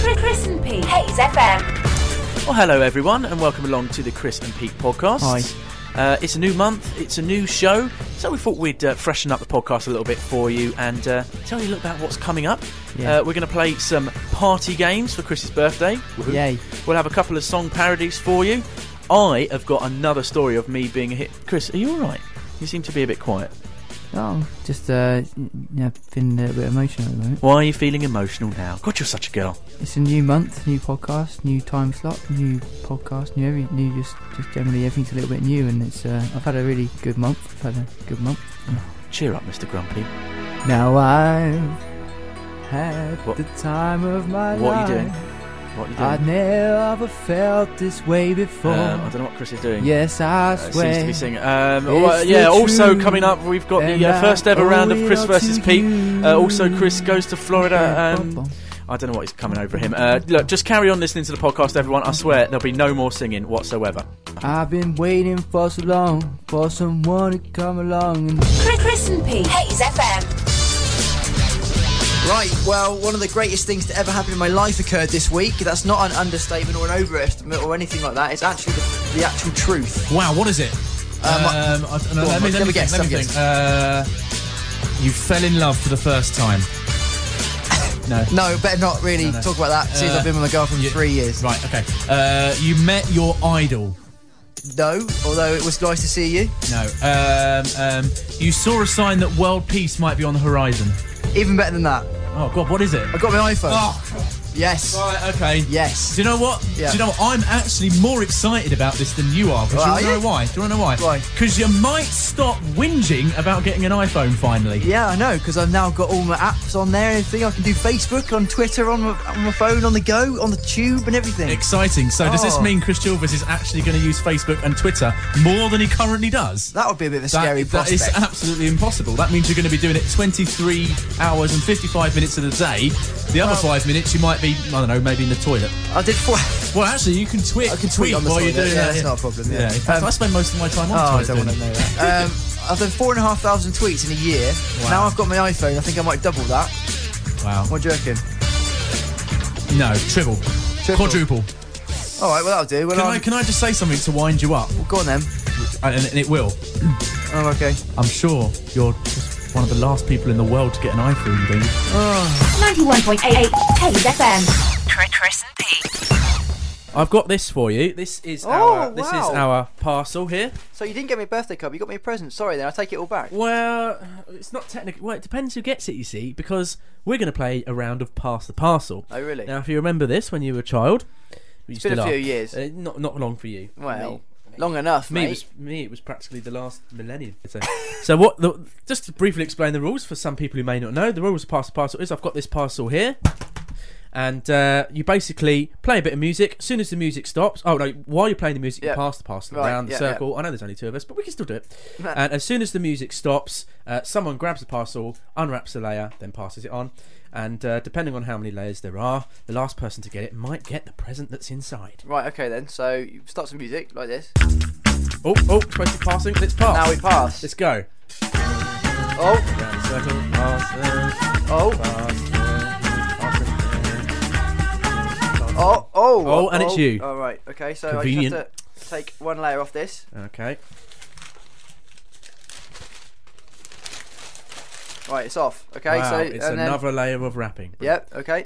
Chris and Pete. Hayes FM. Well, hello everyone, and welcome along to the Chris and Pete podcast. Hi. Uh, it's a new month, it's a new show, so we thought we'd uh, freshen up the podcast a little bit for you and uh, tell you a little about what's coming up. Yeah. Uh, we're going to play some party games for Chris's birthday. Woohoo. Yay. We'll have a couple of song parodies for you. I have got another story of me being a hit. Chris, are you all right? You seem to be a bit quiet. Oh, just uh, n- yeah, been a bit emotional at the moment. Why are you feeling emotional now? God, you're such a girl. It's a new month, new podcast, new time slot, new podcast, new every, new just just generally everything's a little bit new, and it's uh, I've had a really good month. I've had a good month. Cheer up, Mr. Grumpy. Now I've had What- the time of my What are life. you doing? What are you doing? I never felt this way before. Um, I don't know what Chris is doing. Yes, I Uh, swear. seems to be singing. Um, It's well, yeah. the Also truth, coming up, we've got and the uh, I first ever owe round of it Chris all versus to Pete. Uh, also, you. Chris goes to Florida. Yeah, Um, bum, I don't know what is coming over him. Uh, look, just carry on listening to the podcast, everyone. I swear there'll be no more singing whatsoever. bum. I've been waiting for so long for someone to come along and Chris, Chris and Pete. Hayes FM. Right, well, one of the greatest things to ever happen in my life occurred this week. That's not an understatement or an overestimate or anything like that. It's actually the, the actual truth. Wow, what is it? Um, Uh, Um, I- go no, on, let me- Mike, let have me a guess, think, let have me a think. Uh, You fell in love for the first time. No. No, better not really no. talk about that since Uh, I've been with my girlfriend for you- three years. Right, okay. Uh, you met your idol. No, although it was nice to see you. No. Um, um, you saw a sign that world peace might be on the horizon. Even better than that, Oh, God, what is it? I got my iPhone. Ah. Oh, Yes. right, okay. Yes. Do you know what? Yeah. Do you know what? I'm actually more excited about this than you are. 'cause Well, you wanna are you? know why? Do you want to know why? Why? Because you might stop whinging about getting an iPhone finally. Yeah, I know, because I've now got all my apps on there and everything. I can do Facebook on Twitter, on my, on my phone, on the go, on the tube, and everything. Exciting. So does this Oh. mean Chris Chilvers is actually going to use Facebook and Twitter more than he currently does? that would be a bit of a That- scary that is prospect. absolutely impossible. That means you're going to be doing it 23 hours and 55 minutes of the day. The other five minutes you might be, I don't know, maybe in the toilet. I did. Four- Oh, Well, actually, you can tweet. I can tweet on the while toilet, you're doing yeah, that. that's not a problem, yeah. in fact, Um, I spend most of my time on Oh, I the toilet. don't want to know that. Um, I've done four and a half thousand tweets in a year. Wow. Now I've got my iPhone. I think I might double that. Wow. What do you reckon? No, triple. Quadruple. All right, well that'll do. Well, Can I'm- I, can I just say something to wind you up? well, go on then. And, and it will. Oh, okay. I'm sure you're just one of the last people in the world to get an iPhone, do you? 91.88 Hayes FM. Chris, Chris and Pete. I've got this for you. This is our this is Oh, wow. our parcel here. So you didn't get me a birthday card. You got me a present. Sorry, then I take it all back. Well, it's not technical. Well, it depends who gets it, you see, because we're going to play a round of pass the parcel. Oh, really? Now, if you remember this when you were a child, you been still a few are. years. Uh, not not long for you. Well, Me. long enough, Me mate. was me. It was practically the last millennium. So, so what? The, just to briefly explain the rules for some people who may not know, the rules of pass the parcel is I've got this parcel here, and uh, you basically play a bit of music. As soon as the music stops, oh no, while you're playing the music, Yeah. you pass the parcel Right, around the yeah, yeah. circle. I know there's only two of us, but we can still do it. and as soon as the music stops, uh, someone grabs the parcel, unwraps the layer, then passes it on. And uh, depending on how many layers there are, the last person to get it might get the present that's inside. Right, okay then. So you start some music like this. Oh, oh, supposed to be passing. Let's pass. Now we pass. Let's go. Oh, Round circle, pass, oh, pass, pass. oh, oh. Oh, and it's you. All right. Okay. So I Convenient. just have to take one layer off this. Okay. Right, it's off. Okay. wow, so it's and another layer of wrapping. Then, yep. Okay.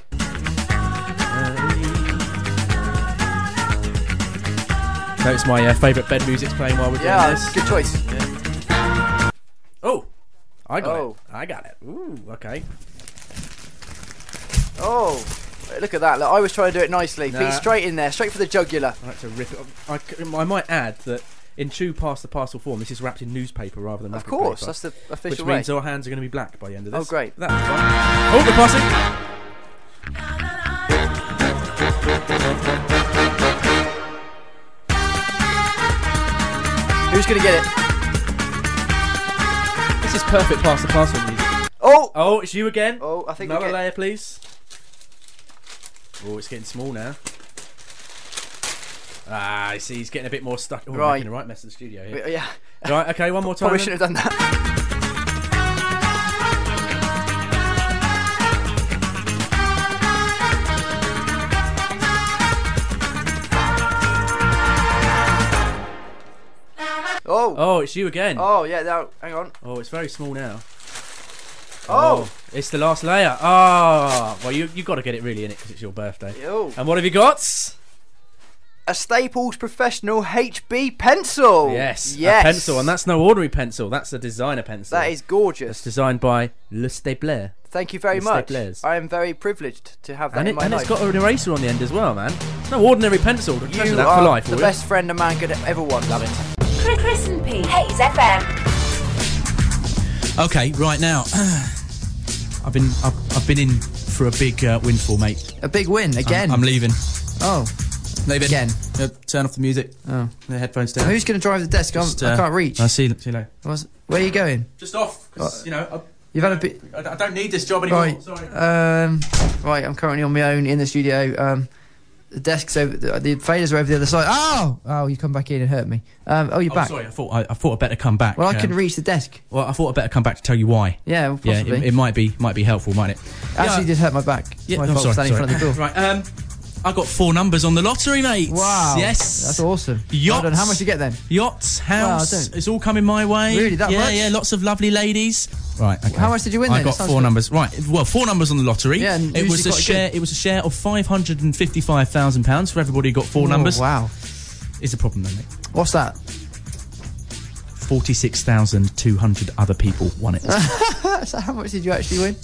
So it's my uh, favourite bed music's playing while we're Yeah. doing this. Good choice. Oh, I got Oh. it. I got it. Ooh, okay. Oh, look at that! Look, I was trying to do it nicely. Nah. Pete, straight in there, straight for the jugular. I like to rip it. Up. I, c- I might add that in true pass the parcel form, this is wrapped in newspaper rather than Of wrapping course, paper, that's the which official way. means our hands are going to be black by the end of Oh, this. great. That'd be fun. Oh, the passing. Who's gonna get it? This is perfect pass the parcel music. Oh, Oh, it's you again. oh, I think we Another get- layer, please. Oh, it's getting small now. Ah, I see. He's getting a bit more stuck. Oh, we're Right. making a right mess in the studio here. we- Yeah, Right. Okay. One more time. probably then. shouldn't have done that. Oh. Oh, it's you again. Oh, yeah, now, hang on. Oh, it's very small now. Oh. it's the last layer. Ah, well, you you got to get it really in it because it's your birthday. Yo. And what have you got? A Staples Professional HB pencil. Yes, Oh, Yes. a pencil, and that's no ordinary pencil. That's a designer pencil. That is It's gorgeous. designed by Le Stapler, Thank you very it's much. Staples. I am very privileged to have that and, in it, my and it's life. got an eraser on the end as well, man. It's no ordinary pencil. You you that are for life. the will you? best friend a man could ever want. Love it. Chris, Chris and Pete. Hayes FM. Okay, right now. I've been I've, I've been in for a big uh, windfall, mate. A big win again. I'm, I'm leaving. oh, Leaving. Again. Uh, turn off the music. oh. The headphones down. who's going to drive the desk? I'm- Just, I uh, can't reach. I see. See you later. What's- Where are you going? Just off, 'cause, you know You've had a bit. I, don't need this job anymore. Right. Um, right. I'm currently on my own in the studio. Um, the desks over. The, the faders are over the other side. Oh, oh, you come back in and hurt me. Um, oh, you're back. sorry. I thought I, I thought I better come back. Well, I um, couldn't reach the desk. Well, I thought I better come back to tell you why. Yeah, well, Yeah, possibly. it, it might be might be helpful, might it? Actually, yeah. did hurt my back. Yeah, my I'm fault sorry. standing in sorry. front of the door. right. Um, I got four numbers on the lottery, mate. Wow. Yes. That's awesome. Yachts. Well done. How much you get then? Yachts, house, Wow, I don't- it's all coming my way. Really, that yeah, much? yeah, lots of lovely ladies. Right, okay. How much did you win I then? got That sounds four good. numbers. Right, well, four numbers on the lottery. Yeah, and it usually was a quite good. share. It was a share of five hundred and fifty-five thousand pounds for everybody who got four Oh, numbers. Wow. It's a problem though, mate. What's that? Forty-six thousand two hundred other people won it. So how much did you actually win?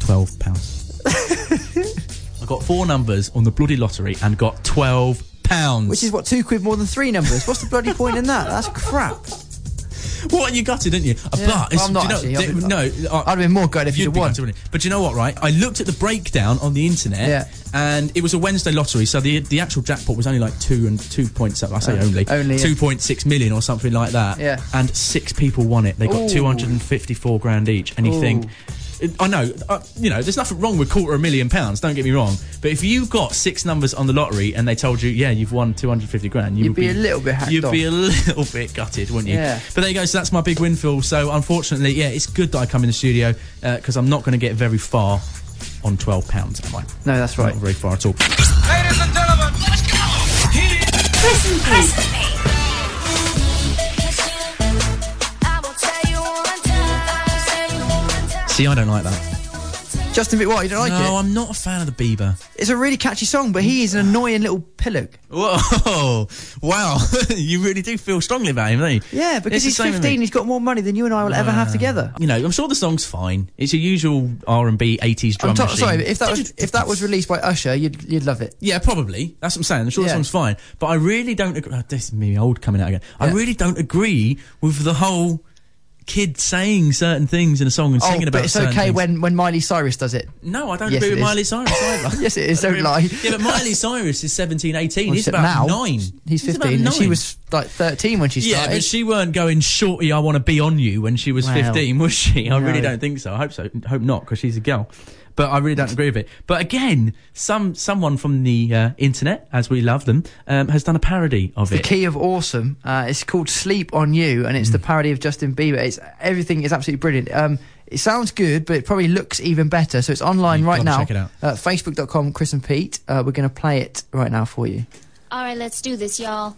Twelve pounds. I got four numbers on the bloody lottery and got twelve pounds. Which is what two quid more than three numbers. What's the bloody point in that? That's crap. What you gutted, didn't you? Uh, Yeah. But it's- Well, I'm not do you know, actually. I'll no, uh, I'd have been more gutted if you'd be won. gutted, wouldn't you? But do you know what? Right, I looked at the breakdown on the internet, Yeah. and it was a Wednesday lottery, so the the actual jackpot was only like two and two points. I say Oh, only, only, yeah. two point six million or something like that. Yeah. and six people won it. They got Ooh. two hundred and fifty four grand each, and you think. it- I know, uh, you know, there's nothing wrong with quarter a million pounds, don't get me wrong. But if you got six numbers on the lottery and they told you, yeah, you've won 250 grand, you You'd would be a little bit hacked You'd off. be a little bit gutted, wouldn't you? Yeah. But there you go. So that's my big windfall. So unfortunately, yeah, it's good that I come in the studio because I'm not going to get very far on twelve pounds. Am I? No, that's Not right. very far at all. Chris and Pete. Chris and Pete. See, I don't like that. Justin Bieber, what? You don't like no, it? I'm not a fan of the Bieber. It's a really catchy song, but he is an annoying little pillock. Whoa! Wow, you really do feel strongly about him, don't you? Yeah, because It's the same he's with 15, me. he's got more money than you and I will ever have together. You know, I'm sure the song's fine. It's a usual R&B 80s drum I'm to- machine. sorry, but if that was if that was released by Usher, you'd you'd love it. Yeah, probably. That's what I'm saying. I'm sure Yeah. the song's fine, but I really don't. Agree. Ah, this is me old coming out again. I Yeah. really don't agree with the whole kid saying certain things in a song and Oh, singing about. but it's certain okay things. when, when Miley Cyrus does it. No, I don't Yes, agree it with is. Miley Cyrus either. Yes, it is. Don't lie. Yeah, but Miley Cyrus is 17, 18. He's Except about now, nine. He's about 15, and she nine. was like 13 when she Yeah, started. but she weren't going shorty. I want to be on you when she was Well, fifteen, was she? I really no. don't think so. I hope so. Hope not, because she's a girl. But I really don't agree with it. But again, some someone from the uh, internet, as we love them, um, has done a parody of the it. key of awesome. Uh, it's called "Sleep on You," and it's Hmm. the parody of Justin Bieber. It's everything is absolutely brilliant. Um, it sounds good, but it probably looks even better. So it's online You've right gotta now. check it out. Uh, Facebook.com, Chris and Pete. Uh, we're going to play it right now for you. All right, let's do this, y'all.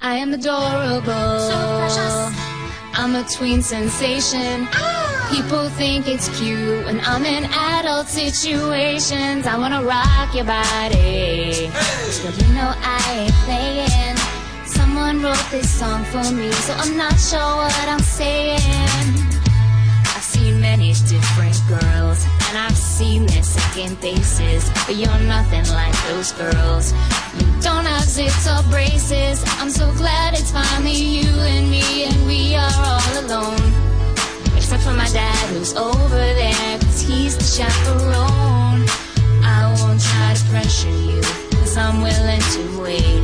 I am adorable. So precious. Ah. I'm a tween sensation. People think it's cute when I'm in adult situations. I wanna rock your body. But you know I ain't playing. Someone wrote this song for me, so I'm not sure what I'm saying. I've seen many different girls, and I've seen their second faces. But you're nothing like those girls. You don't have zits or braces. I'm so glad it's finally you and me, and we are all alone. Except for my dad, who's over there, cause he's the chaperone. I won't try to pressure you, cause I'm willing to wait.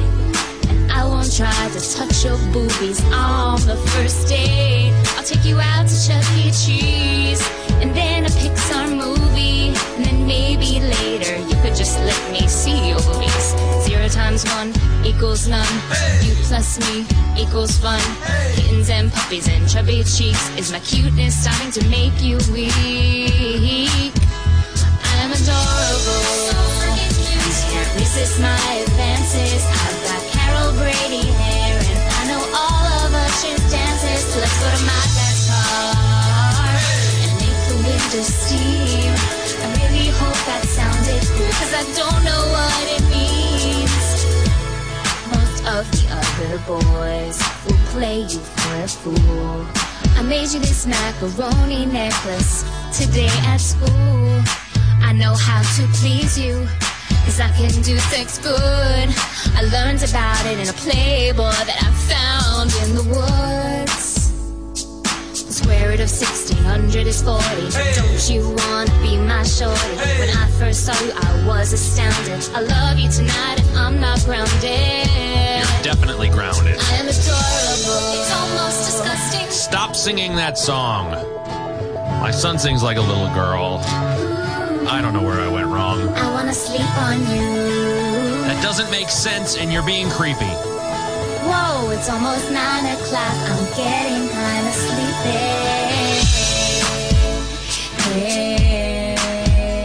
And I won't try to touch your boobies on the first date. I'll take you out to Chuck E. Cheese, and then a Pixar movie. And then maybe later you could just let me see your boobies. Zero times one equals none. You plus me equals fun. Kittens and puppies and chubby cheeks. Is my cuteness starting to make you weak? I am adorable. Please can't resist my advances. I've got Carol Brady hair, and I know all of us is I don't know what it means. Most of the other boys will play you for a fool. I made you this macaroni necklace today at school. I know how to please you, cause I can do sex good. I learned about it in a playboy that I found in the woods. The square root of 1600 is 40. Don't you wanna be my shorty? When I first saw you, I was astounded. I love you tonight and I'm not grounded. Definitely grounded. I am adorable. It's almost disgusting. Stop singing that song. My son sings like a little girl. I don't know where I went wrong. I wanna sleep on you. That doesn't make sense, and you're being creepy. Whoa, it's almost nine o'clock. I'm getting kinda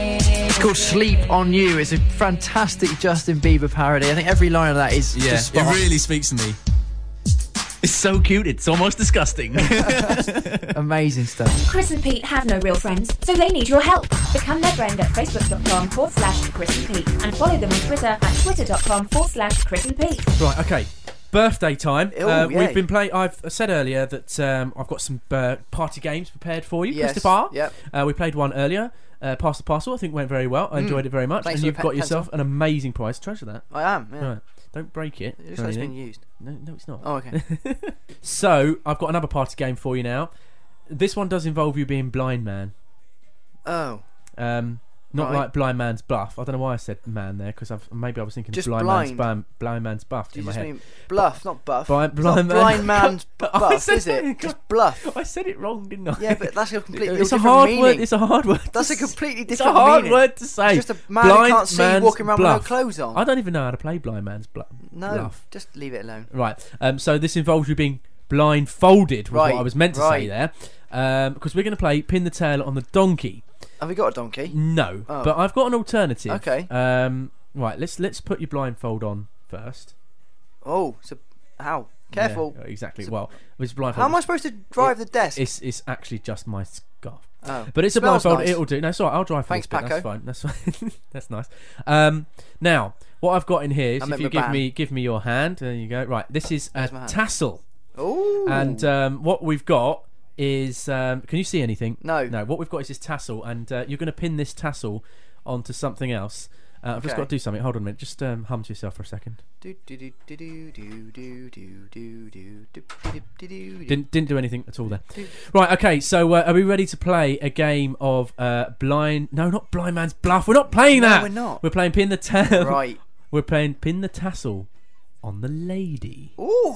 sleepy. It's called Sleep on You. It's a fantastic Justin Bieber parody. I think every line of that is Yeah, just it spot on. really speaks to me. It's so cute. It's almost disgusting. amazing stuff. Chris and Pete have no real friends, so they need your help. Become their friend at facebook.com forward slash Chris and Pete and follow them on Twitter at twitter.com forward slash Chris and Pete. Right, okay. Birthday time. Oh, uh, yay. we've been playing. I've said earlier that um, I've got some uh, party games prepared for you, Yes, Christopher. yep. Uh, we played one earlier. Uh, Pass the parcel. I think went very well. I enjoyed it very much. Mm. Thanks and for you've the pe- got yourself an amazing prize. Treasure that. I am. Yeah. Right. Don't break it. It looks or like it's been anything. used. No, no, it's not. Oh, okay. So I've got another party game for you now. This one does involve you being blind man. oh, Um, not Right. like blind man's buff. I don't know why I said man there because maybe I was thinking Just blind, man's blind. bam, blind man's buff do in you my just head. mean bluff, not buff? Blind- It's blind not man. blind man's bu- I buff, said is it? that. Just bluff. I said it wrong, didn't I? Yeah, but that's a completely it's a different hard meaning. word. It's a hard word. That's a to s- completely It's different a hard meaning. word to say. Just a man who blind can't see man's walking around with no bluff. clothes on. I don't even know how to play blind man's bluff. No, Bluff. just leave it alone. Right. Um, so this involves you being blindfolded, was Right, what I was meant to say right. there. Because we're going to play pin the tail on the donkey. Have we got a Mm. donkey? No, Oh. but I've got an alternative. Okay. Um, right. Let's let's put your blindfold on first. Oh, so how? Careful. Yeah, exactly. Well, it's blindfold. How am I supposed to drive the desk? It's it's actually just my scarf. Oh. But it's a Smells blindfold. nice. It'll do. No, it's all right. I'll drive for Thanks, this bit. Paco. That's fine. That's fine. That's nice. Um, now, what I've got in here is I if meant you my give ban. me give me your hand. There you go. Right. This is a my hand? tassel, Ooh. and um, what we've got is um, can you see anything? No. No. What we've got is this tassel, and uh, you're going to pin this tassel onto something else. Uh, I've just Okay. got to do something. Hold on a minute. Just um, hum to yourself for a second. Do, do, do, do, do, do, do, do, do, do, do, do, do, do, do. Didn't didn't do anything at all there. Right. Okay. So uh, are we ready to play a game of uh, blind? No, not blind man's bluff. We're not playing No, that. we're not. We're playing pin the tail. Right. We're playing pin the tassel on the lady. Ooh.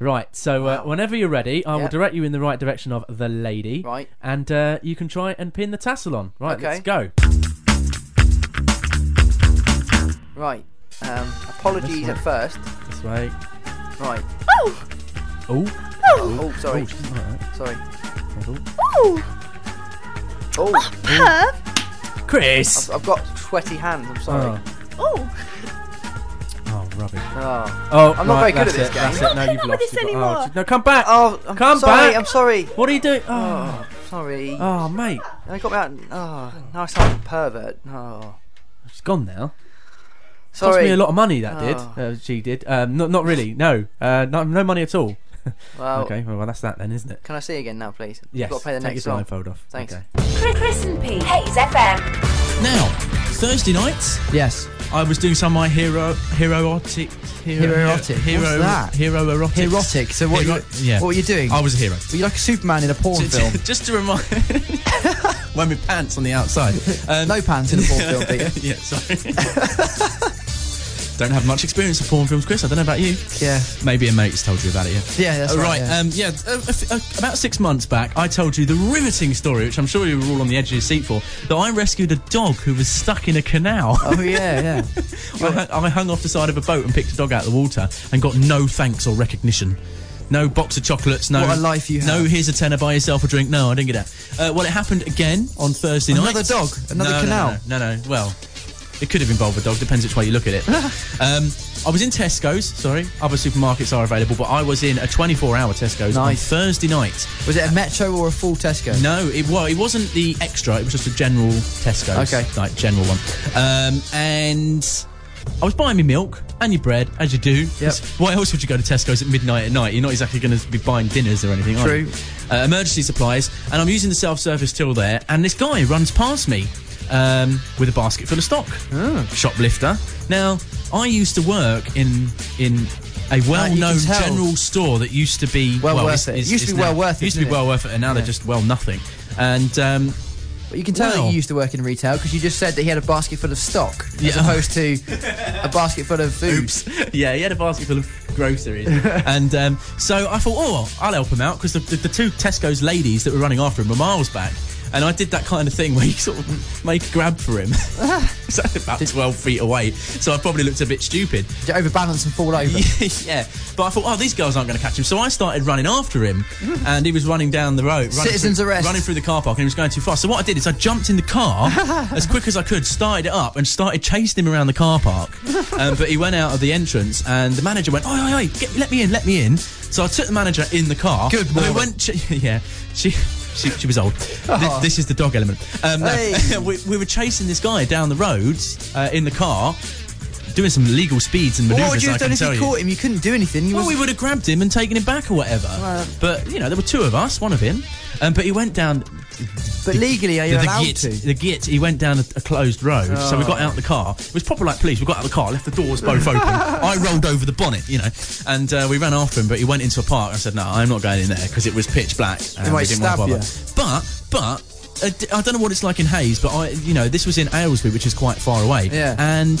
Right. So uh, whenever you're ready, I will Yep. direct you in the right direction of the lady. Right. And uh, you can try and pin the tassel on. Right. Okay. Let's go. Right. Um, apologies at first. This way. Right. Oh. Oh, sorry. Oh, she's not like that. Sorry. Hold on. Oh, Chris. I've got sweaty hands. I'm sorry. Oh. Oh, rubbish. Oh, Oh, I'm not right, very good that's at this it, game. That's it. Now you've lost this it. anymore. Oh, no, come back. oh I'm Come sorry. back. I'm sorry. What are you doing? Oh, Sorry. oh, mate. I got me out. Oh, now I sound like a pervert. Oh. It's gone now. Sorry. Cost me a lot of money. That Oh. did. Uh, she did. Um, not, not really. No. Uh, no, no money at all. Well, Okay. Well, that's that then, isn't it? Can I see again now, please? I've Yes. Oh. got to play the Take next your song. blindfold off. Thanks. Okay. Chris, Chris and Pete. Hey, FM. now, Thursday nights, Yes. I was doing some of my hero, heroic, hero, Heroitic? hero, What's that? hero erotic, Erotic. So what? Hero- you, yeah. What were you doing? I was a hero. Were you like a Superman in a porn Ju- ju- film? Just to remind, when with pants on the outside. Um, No pants in a porn film, Peter. yeah, sorry. Don't have much experience of porn films, Chris. I don't know about you. Yeah. Maybe a mate's told you about it. Yeah. Yeah, that's Uh, right, yeah. Um, yeah. a- a f- a- about six months back, I told you the riveting story, which I'm sure you were all on the edge of your seat for, that I rescued a dog who was stuck in a canal. Oh yeah, yeah. I, hung, I hung off the side of a boat and picked a dog out of the water and got no thanks or recognition. No box of chocolates. No. What a life you No, have. here's a tenner. Buy yourself a drink. No, I didn't get that. Uh, well, it happened again on Thursday night. Another dog? Another No, no, canal? No no, no, no. Well, it could have involved a dog. Depends which way you look at it. um, I was in Tesco's. Sorry, other supermarkets are available, but I was in a 24-hour Tesco's on Nice. Thursday night. Was it a Metro or a full Tesco? No, it well, it wasn't the extra. It was just a general Tesco's, Okay. like general one. Um, and I was buying me milk and your bread, as you do. Yep. What else would you go to Tesco's at midnight at night? You're not exactly going to be buying dinners or anything. are you? True. Uh, emergency supplies, and I'm using the self-service till there, and this guy runs past me. Um, with a basket full of stock, Oh. shoplifter. Now, I used to work in in a well-known Uh, tell. general store that used to be Well worth it's- it. It it's- used to it's be well now- worth it, Used to be didn't it? well worth it, and now they're just well nothing. And um, But you can tell that Well. you used to work in retail because you just said that he had a basket full of stock as Yeah. opposed to a basket full of food. yeah, he had a basket full of groceries, and um, so I thought, oh, I'll help him out because the, the, the two Tesco's ladies that were running after him were miles back. And I did that kind of thing where you sort of make a grab for him. so about 12 feet away. So I probably looked a bit stupid. Did you overbalance and fall over? yeah. But I thought, oh, these girls aren't going to catch him. So I started running after him, and he was running down the road. running Mm. Citizen's through, arrest. Running through the car park, and he was going too fast. So what I did is I jumped in the car as quick as I could, started it up, and started chasing him around the car park. Um, but he went out of the entrance, and the manager went, oi, oi, oi, get, let me in, let me in. So I took the manager in the car. Good and we woman. went. Ch- yeah, she. She, she was old. This, this is the dog element. Um, no, Oh. Hey. we, we were chasing this guy down the road uh, in the car, doing some illegal speeds and maneuvers. what would you I have can done if tell you caught him? You couldn't do anything. You well, was- we would have grabbed him and taken him back or whatever. but you know, there were two of us, one of him. Um, but he went down. but legally, are you the, the allowed git, to? Oh. the git. He went down a, a closed road. So we got out the car. It was proper like police. We got out the car, left the doors both open. I rolled over the bonnet, you know, and uh, we ran after him. But he went into a park. I said, "No, I'm not going in there because it was pitch black and might we didn't want to stab bother." But, but. uh, d- I don't know what it's like in Hayes, but I, you know, this was in Aylesbury, which is quite far away. Yeah. And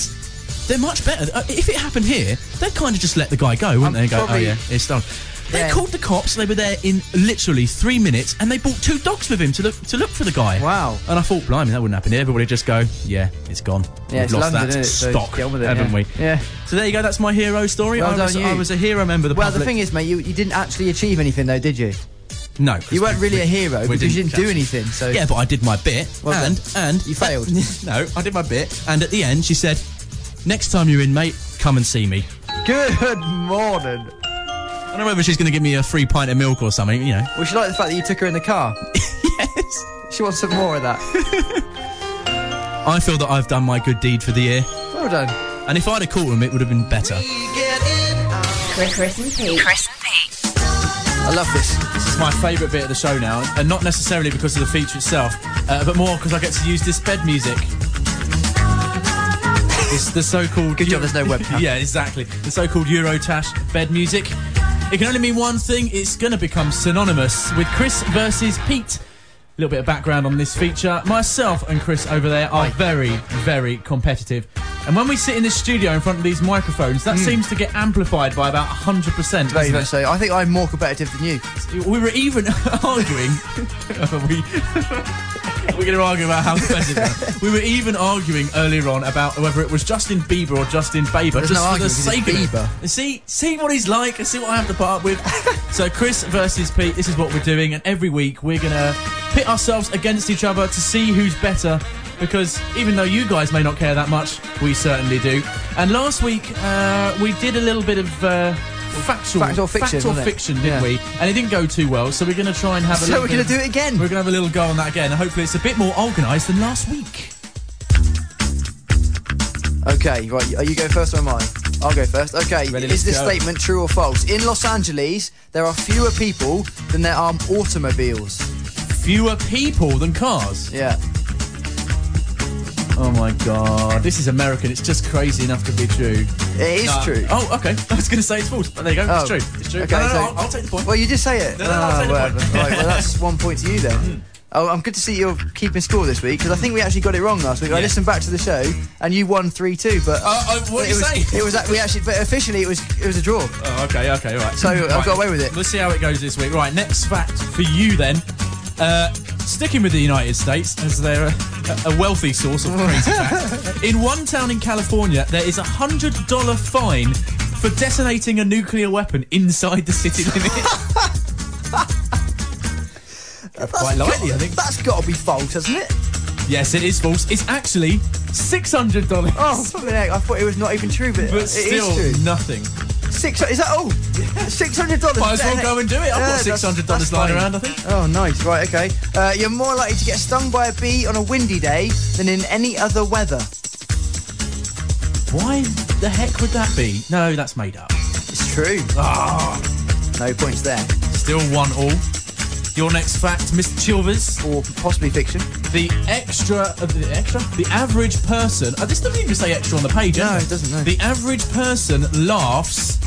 they're much better. Uh, If it happened here, they'd kind of just let the guy go, wouldn't I'm they? And go, oh probably- yeah, it's done. They Yeah. called the cops. They were there in literally three minutes, and they brought two dogs with him to look to look for the guy. Wow. And I thought, blimey, that wouldn't happen here. Everybody would just go, yeah, it's gone. yeah, We've it's lost London, that isn't it? So stock, get on with it, haven't yeah. we? Yeah. So there you go. That's my hero story. Well I, was, done, you. I was a hero member of the Well, the public. thing is, mate, you, you didn't actually achieve anything, though, did you? no, 'cause You weren't we- really a hero we because you didn't didn't do catch- anything. So Yeah, but I did my bit, Well and and You failed. no, I did my bit, and at the end, she said, "Next time you're in, mate, come and see me." good morning. I don't know whether she's going to give me a free pint of milk or something. You know. Well, she liked the fact that you took her in the car. yes. She wants some more of that. I feel that I've done my good deed for the year, Well done. and if I'd have caught him, it would have been better. With Chris and Pete. Chris and Pete. I love this. It's my favourite bit of the show now, and not necessarily because of the feature itself, uh, but more because I get to use this bed music. It's the so-called. Good job there's no webcam. yeah, exactly. The so-called Eurotash bed music. It can only mean one thing. It's going to become synonymous with Chris versus Pete. A little bit of background on this feature. Myself and Chris over there are very, very competitive. And when we sit in the studio in front of these microphones, that seems to get amplified by about 100%. Hmm. doesn't Very it? much so. I think I'm more competitive than you. We were even arguing. are we, we're going to argue about how competitive. we are. we were even arguing earlier on about whether it was Justin Bieber or Justin Bieber, There's just no for the argument, 'cause it's sake of it. Bieber. And See, see what he's like, and see what I have to put up with. so Chris versus Pete. This is what we're doing, and every week we're going to pit ourselves against each other to see who's better. Because even though you guys may not care that much, we certainly do. And last week uh, we did a little bit of. Uh, Factual, Fact or fiction, fact or wasn't it? fiction, didn't Yeah. we? and it didn't go too well. So we're going to try and have a So little we're going to bit- do it again. We're going to have a little go on that again, and hopefully it's a bit more organised than last week. Okay, right. Are you go first or am I? I'll go first. Okay. Ready, is let's this go. statement true or false? In Los Angeles, there are fewer people than there are automobiles. Fewer people than cars. Yeah. Oh my god, this is American. It's just crazy enough to be true. It is No. true. Oh, okay. I was going to say it's false, but there you go. Oh, It's true. It's true. okay, no, no, no, so- I'll, I'll take the point. Well, you just say it. No, no, no, I'll Ah, say the whatever. point. Hmm. right, well, that's one point to you then. Oh, I'm good to see you're keeping score this week because I think we actually got it wrong last week. I Yeah. listened back to the show and you won three two, but Uh, uh, what but did you it was, say? It was that we actually, but officially it was it was a draw. Oh, okay, okay, all right. So, I've Right, got away with it. Let's see how it goes this week. Right, next fact for you then. Uh, sticking with the United States, as they're a, a wealthy source of crazy facts. In one town in California, there is a hundred dollar fine for detonating a nuclear weapon inside the city limits. Quite That's likely, got- Uh, I think. That's got to be false, hasn't it? Yes, it is false. It's actually six hundred dollars. Oh, fucking heck, I thought it was not even true, but, but it still is true. nothing. Six, is that all? Six hundred dollars. Might as well go and do it. I've Yeah, got that's- six hundred dollars that's lying fine. around. I think. Oh, nice. Right, okay. Uh, you're more likely to get stung by a bee on a windy day than in any other weather. Why the heck would that be? No, that's made up. It's true. Ah, No points there. still one all. Your next fact, Mr. Chilvers. Or possibly fiction. The extra, uh, the extra, the average person. Uh, this doesn't even say extra on the page. No, does it doesn't, no. The average person laughs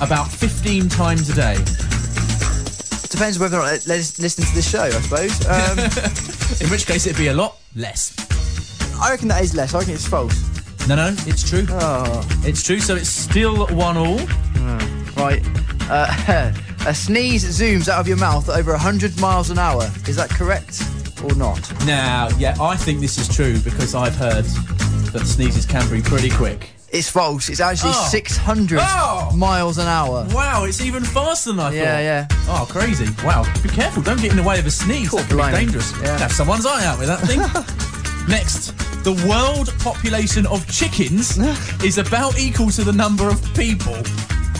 about 15 times a day. Depends whether or not they lis- listen to the show, I suppose. Um, In which case, it'd be a lot less. I reckon that is less. I reckon it's false. No, no, it's true. Oh, It's true. So it's still one all. right. Uh, a sneeze zooms out of your mouth at over 100 miles an hour. Is that correct or not? Now, yeah, I think this is true because I've heard that sneezes can be pretty quick. It's false. It's actually Oh. 600 Oh. miles an hour. Wow, it's even faster than I Yeah, yeah. thought. Oh, crazy. Wow. Be careful. Don't get in the way of a sneeze. Cool, that could blimey. be dangerous. Yeah. Have someone's eye out with that thing. Next, the world population of chickens is about equal to the number of people.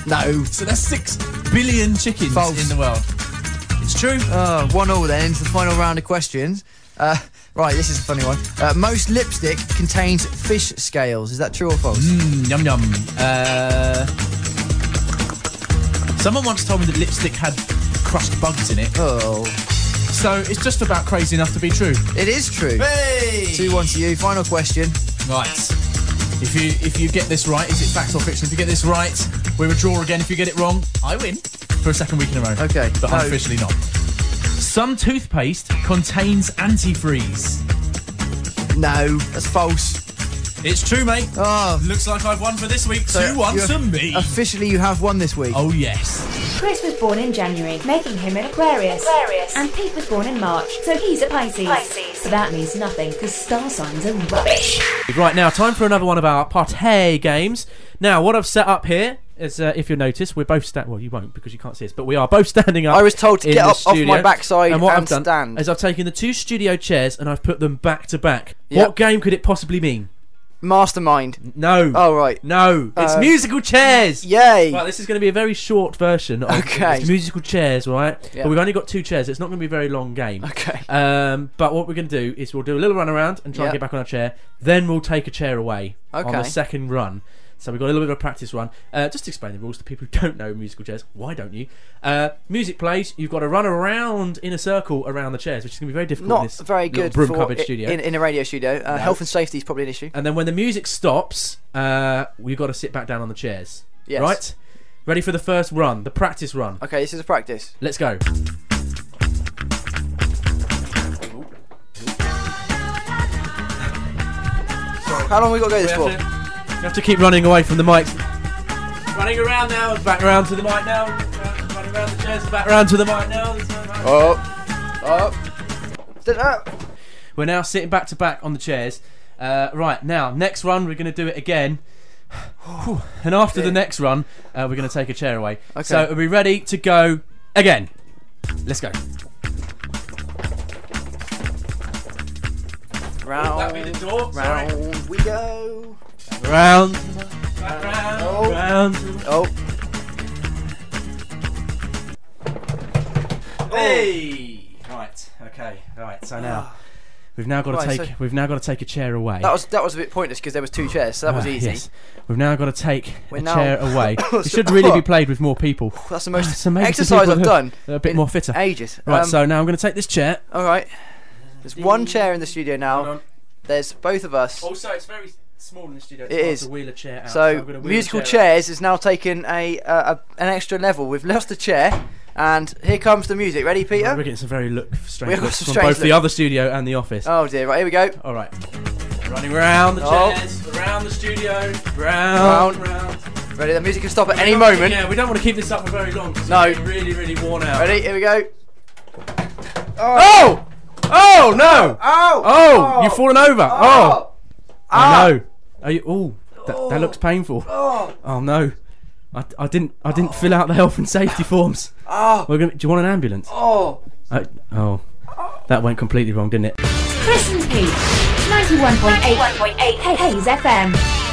No. So there's six billion chickens False. in the world. It's true. Oh, one all then into the final round of questions. Uh, right, this is a funny one. Uh, most lipstick contains fish scales. Is that true or false? Mm, yum yum. Uh, someone once told me that lipstick had crushed bugs in it. Oh, So it's just about crazy enough to be true. it is true. Hey! Two one to you. Final question. Right. If you if you get this right, is it fact or fiction? If you get this right, we're a draw again. If you get it wrong, I win for a second week in a row. Okay, But no. unofficially not. Some toothpaste contains antifreeze. No, that's false. It's true, mate. Oh, Looks like I've won for this week. So Two one you're- to me. officially you have won this week. oh yes. Chris was born in January, making him an Aquarius. Aquarius. And Pete was born in March, so he's a Pisces. Pisces. But that means nothing, because star signs are rubbish. Right now, time for another one of our party games. Now, what I've set up here is, uh, if you'll notice, we're both standing. Well, you won't because you can't see us, but we are both standing up. I was told to in get the up off my studio. backside and, what and I've done stand. Is I've taken the two studio chairs and I've put them back to back. Yep. What game could it possibly mean? Mastermind. No. Oh, right. No. It's Uh, musical chairs. Yay. Well, this is going to be a very short version of Okay. it's musical chairs, all right? Yeah. But we've only got two chairs. It's not going to be a very long game. Okay. Um, but what we're going to do is we'll do a little run around and try Yeah. and get back on our chair. Then we'll take a chair away on the Okay. second run. So we've got a little bit of a practice run. Uh, just to explain the rules to people who don't know musical chairs. Why don't you? Uh, music plays. You've got to run around in a circle around the chairs, which is going to be very difficult. in Not this very little good broom for cupboard i- studio. In, in a radio studio. No. Uh, Health and safety is probably an issue. and then when the music stops, uh, we've got to sit back down on the chairs. Yes. Right. Ready for the first run, the practice run. Okay, this is a practice. Let's go. How long we got to go this for? You have to keep running away from the mic. Running around now, back round to the mic now. Running around the chairs, back round to the mic now. Up. Up. Stand up. We're now sitting back to back on the chairs. Uh, right now, next run, we're going to do it again. Whew. And after the next run, uh, we're going to take a chair away. Okay. So are we ready to go again? Let's go. Round. That'd be the door. Sorry. Round we go. Round. Back round. Oh. Round. Oh, Oh, Hey. Right. Okay. Right. So now we've now got to Right, take so- we've now got to take a chair away. that was that was a bit pointless because there was two chairs, so that was Ah, easy. yes. We've now got to take We're a now- chair away. it should really be played with more people. That's the Ah, It's most amazing to exercise people I've who- done. They're a bit in more fitter. Ages. Right. Um, so now I'm going to take this chair. All right. There's one chair in the studio now. on. There's both of us. Also, it's very small in the studio. It hard is. to wheel a chair out. Oh, So musical chairs is now taken a, uh, a an extra level. We've lost a chair, and here comes the music. Ready, We're Peter? getting some very look We've strange got looks some from strange both the looks. other studio and the office. Oh dear. Right, here we go. All right. Running around the Oh. chairs, around the studio, round, Round. round. Ready? The music can stop at We any don't wanna- moment. Yeah, we don't want to keep this up for very long. 'cause No. it's Really, really worn out. Ready? Here we go. Oh! Oh no! Oh! Oh, you've fallen over. Oh, Ah! I know. Are you? Oh, that, that looks painful. Oh! Oh no, I, I didn't I didn't fill out the health and safety forms. Oh! We're gonna. Do you want an ambulance? Uh, Oh! I, oh, that went completely wrong, didn't it? Chris and Pete, 9 91.8 Hayes FM.